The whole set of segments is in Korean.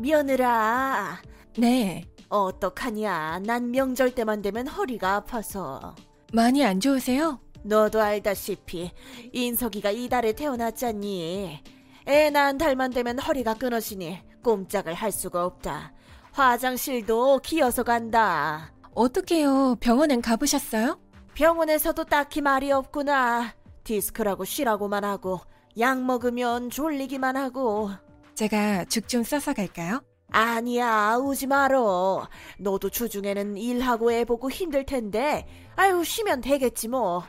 며느라, 네, 어떡하냐. 난 명절 때만 되면 허리가 아파서. 많이 안 좋으세요? 너도 알다시피 인석이가 이달에 태어났잖니. 애 낳은 달만 되면 허리가 끊어지니 꼼짝을 할 수가 없다. 화장실도 기어서 간다. 어떻게요? 병원엔 가보셨어요? 병원에서도 딱히 말이 없구나. 디스크라고 쉬라고만 하고 약 먹으면 졸리기만 하고. 제가 죽 좀 싸서 갈까요? 아니야, 우지 말어. 너도 주중에는 일하고 애보고 힘들 텐데, 아유, 쉬면 되겠지, 뭐.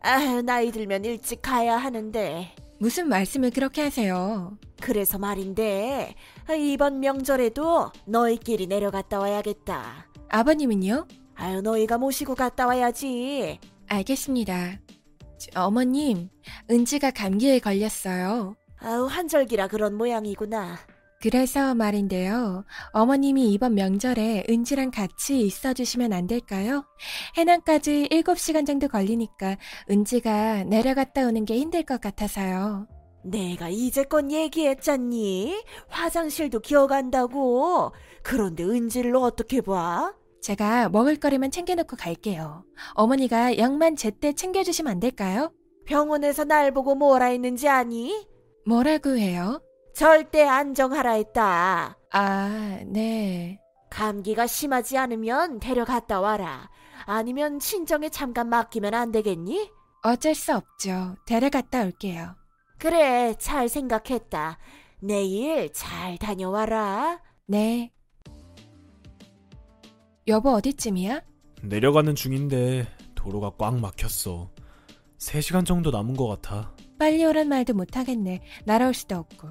아유, 나이 들면 일찍 가야 하는데. 무슨 말씀을 그렇게 하세요? 그래서 말인데, 이번 명절에도 너희끼리 내려갔다 와야겠다. 아버님은요? 아유, 너희가 모시고 갔다 와야지. 알겠습니다. 저, 어머님, 은지가 감기에 걸렸어요. 아우, 한절기라 그런 모양이구나. 그래서 말인데요. 어머님이 이번 명절에 은지랑 같이 있어 주시면 안 될까요? 해남까지 7시간 정도 걸리니까 은지가 내려갔다 오는 게 힘들 것 같아서요. 내가 이제껏 얘기했잖니? 화장실도 기어간다고. 그런데 은지를 어떻게 봐? 제가 먹을거리만 챙겨놓고 갈게요. 어머니가 약만 제때 챙겨주시면 안 될까요? 병원에서 날 보고 뭐라 했는지 아니? 뭐라고 해요? 절대 안정하라 했다. 아, 네. 감기가 심하지 않으면 데려갔다 와라. 아니면 친정에 잠깐 맡기면 안 되겠니? 어쩔 수 없죠. 데려갔다 올게요. 그래, 잘 생각했다. 내일 잘 다녀와라. 네. 여보 어디쯤이야? 내려가는 중인데 도로가 꽉 막혔어. 3시간 정도 남은 것 같아. 빨리 오란 말도 못하겠네. 날아올 수도 없고.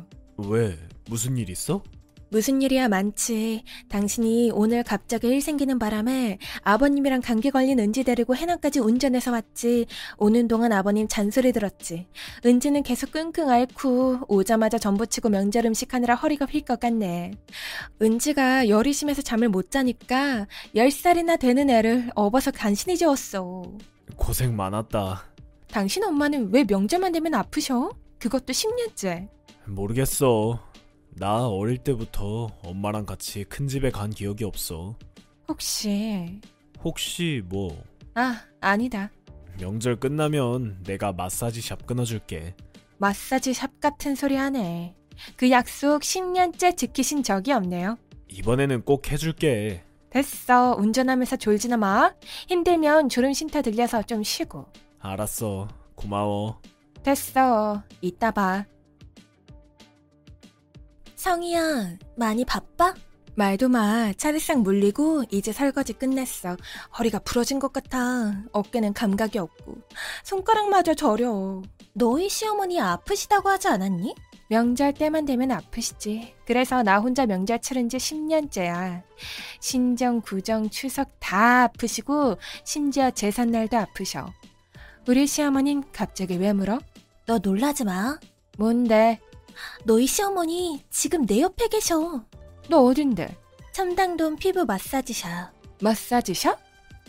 왜? 무슨 일 있어? 무슨 일이야 많지. 당신이 오늘 갑자기 일 생기는 바람에 아버님이랑 감기 걸린 은지 데리고 해남까지 운전해서 왔지. 오는 동안 아버님 잔소리 들었지. 은지는 계속 끙끙 앓고 오자마자 전부치고 명절 음식 하느라 허리가 휠 것 같네. 은지가 열이 심해서 잠을 못 자니까 열살이나 되는 애를 업어서 간신히 재웠어. 고생 많았다. 당신 엄마는 왜 명절만 되면 아프셔? 그것도 10년째. 모르겠어. 나 어릴 때부터 엄마랑 같이 큰 집에 간 기억이 없어. 혹시... 혹시 뭐 아, 아니다. 명절 끝나면 내가 마사지 샵 끊어줄게. 마사지 샵 같은 소리 하네. 그 약속 10년째 지키신 적이 없네요. 이번에는 꼭 해줄게. 됐어. 운전하면서 졸지나 마. 힘들면 졸음 쉼터 들려서 좀 쉬고. 알았어. 고마워. 됐어. 이따 봐. 성희야, 많이 바빠? 말도 마. 차례상 물리고 이제 설거지 끝냈어. 허리가 부러진 것 같아. 어깨는 감각이 없고 손가락마저 저려. 너희 시어머니 아프시다고 하지 않았니? 명절 때만 되면 아프시지. 그래서 나 혼자 명절 치른 지 10년째야. 신정, 구정, 추석 다 아프시고 심지어 제삿날도 아프셔. 우리 시어머님 갑자기 왜 물어? 너 놀라지 마. 뭔데? 너희 시어머니 지금 내 옆에 계셔. 너 어딘데? 첨당돈 피부 마사지샵. 마사지샵?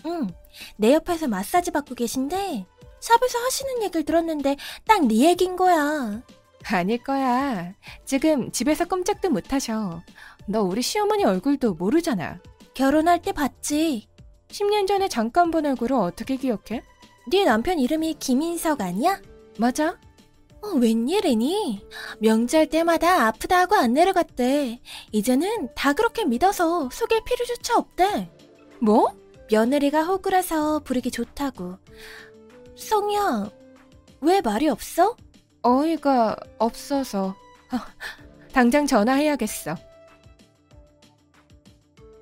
응. 내 옆에서 마사지 받고 계신데 샵에서 하시는 얘기를 들었는데 딱 네 얘긴 거야. 아닐 거야. 지금 집에서 꼼짝도 못 하셔. 너 우리 시어머니 얼굴도 모르잖아. 결혼할 때 봤지. 10년 전에 잠깐 본 얼굴을 어떻게 기억해? 네 남편 이름이 김인석 아니야? 맞아? 어, 웬일이니? 명절 때마다 아프다 하고 안 내려갔대. 이제는 다 그렇게 믿어서 속일 필요조차 없대. 뭐? 며느리가 호구라서 부르기 좋다고. 송이야, 왜 말이 없어? 어이가 없어서. 아, 당장 전화해야겠어.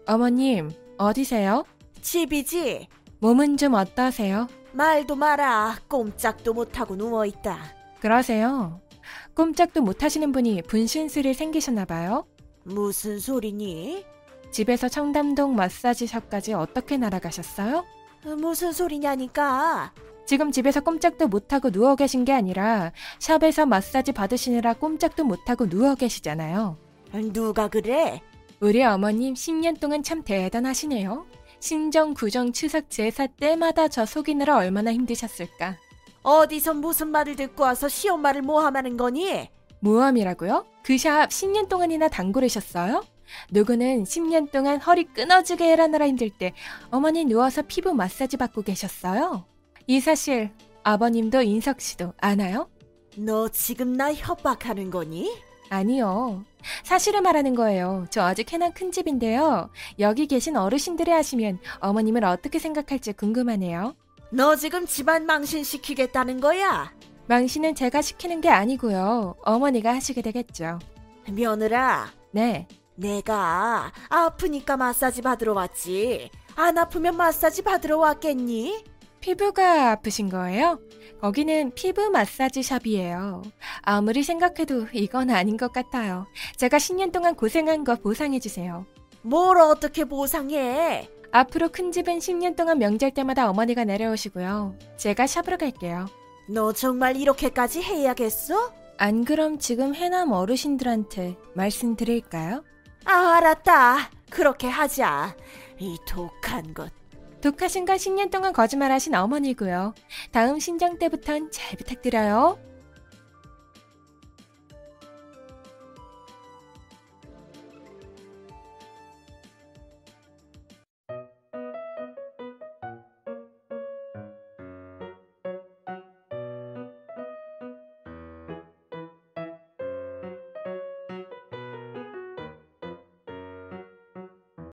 어머님, 어디세요? 집이지? 몸은 좀 어떠세요? 말도 마라. 꼼짝도 못하고 누워있다. 그러세요. 꼼짝도 못 하시는 분이 분신술이 생기셨나 봐요. 무슨 소리니? 집에서 청담동 마사지샵까지 어떻게 날아가셨어요? 무슨 소리냐니까? 지금 집에서 꼼짝도 못하고 누워 계신 게 아니라 샵에서 마사지 받으시느라 꼼짝도 못하고 누워 계시잖아요. 누가 그래? 우리 어머님 10년 동안 참 대단하시네요. 신정, 구정, 추석, 제사 때마다 저 속이느라 얼마나 힘드셨을까. 어디서 무슨 말을 듣고 와서 시엄마를 모함하는 거니? 모함이라고요? 그 샵 10년 동안이나 단골이셨어요? 누구는 10년 동안 허리 끊어지게 일하느라 힘들 때 어머니 누워서 피부 마사지 받고 계셨어요. 이 사실 아버님도 인석 씨도 아나요? 너 지금 나 협박하는 거니? 아니요. 사실을 말하는 거예요. 저 아직 해난 큰 집인데요. 여기 계신 어르신들이 하시면 어머님을 어떻게 생각할지 궁금하네요. 너 지금 집안 망신시키겠다는 거야? 망신은 제가 시키는 게 아니고요. 어머니가 하시게 되겠죠. 며느라, 네. 내가 아프니까 마사지 받으러 왔지. 안 아프면 마사지 받으러 왔겠니? 피부가 아프신 거예요? 거기는 피부 마사지 샵이에요. 아무리 생각해도 이건 아닌 것 같아요. 제가 10년 동안 고생한 거 보상해주세요. 뭘 어떻게 보상해? 앞으로 큰 집은 10년 동안 명절 때마다 어머니가 내려오시고요. 제가 샵으로 갈게요. 너 정말 이렇게까지 해야겠어? 안 그럼 지금 해남 어르신들한테 말씀드릴까요? 아, 알았다. 그렇게 하자. 이 독한 것. 독하신가 10년 동안 거짓말하신 어머니고요. 다음 신정 때부턴 잘 부탁드려요.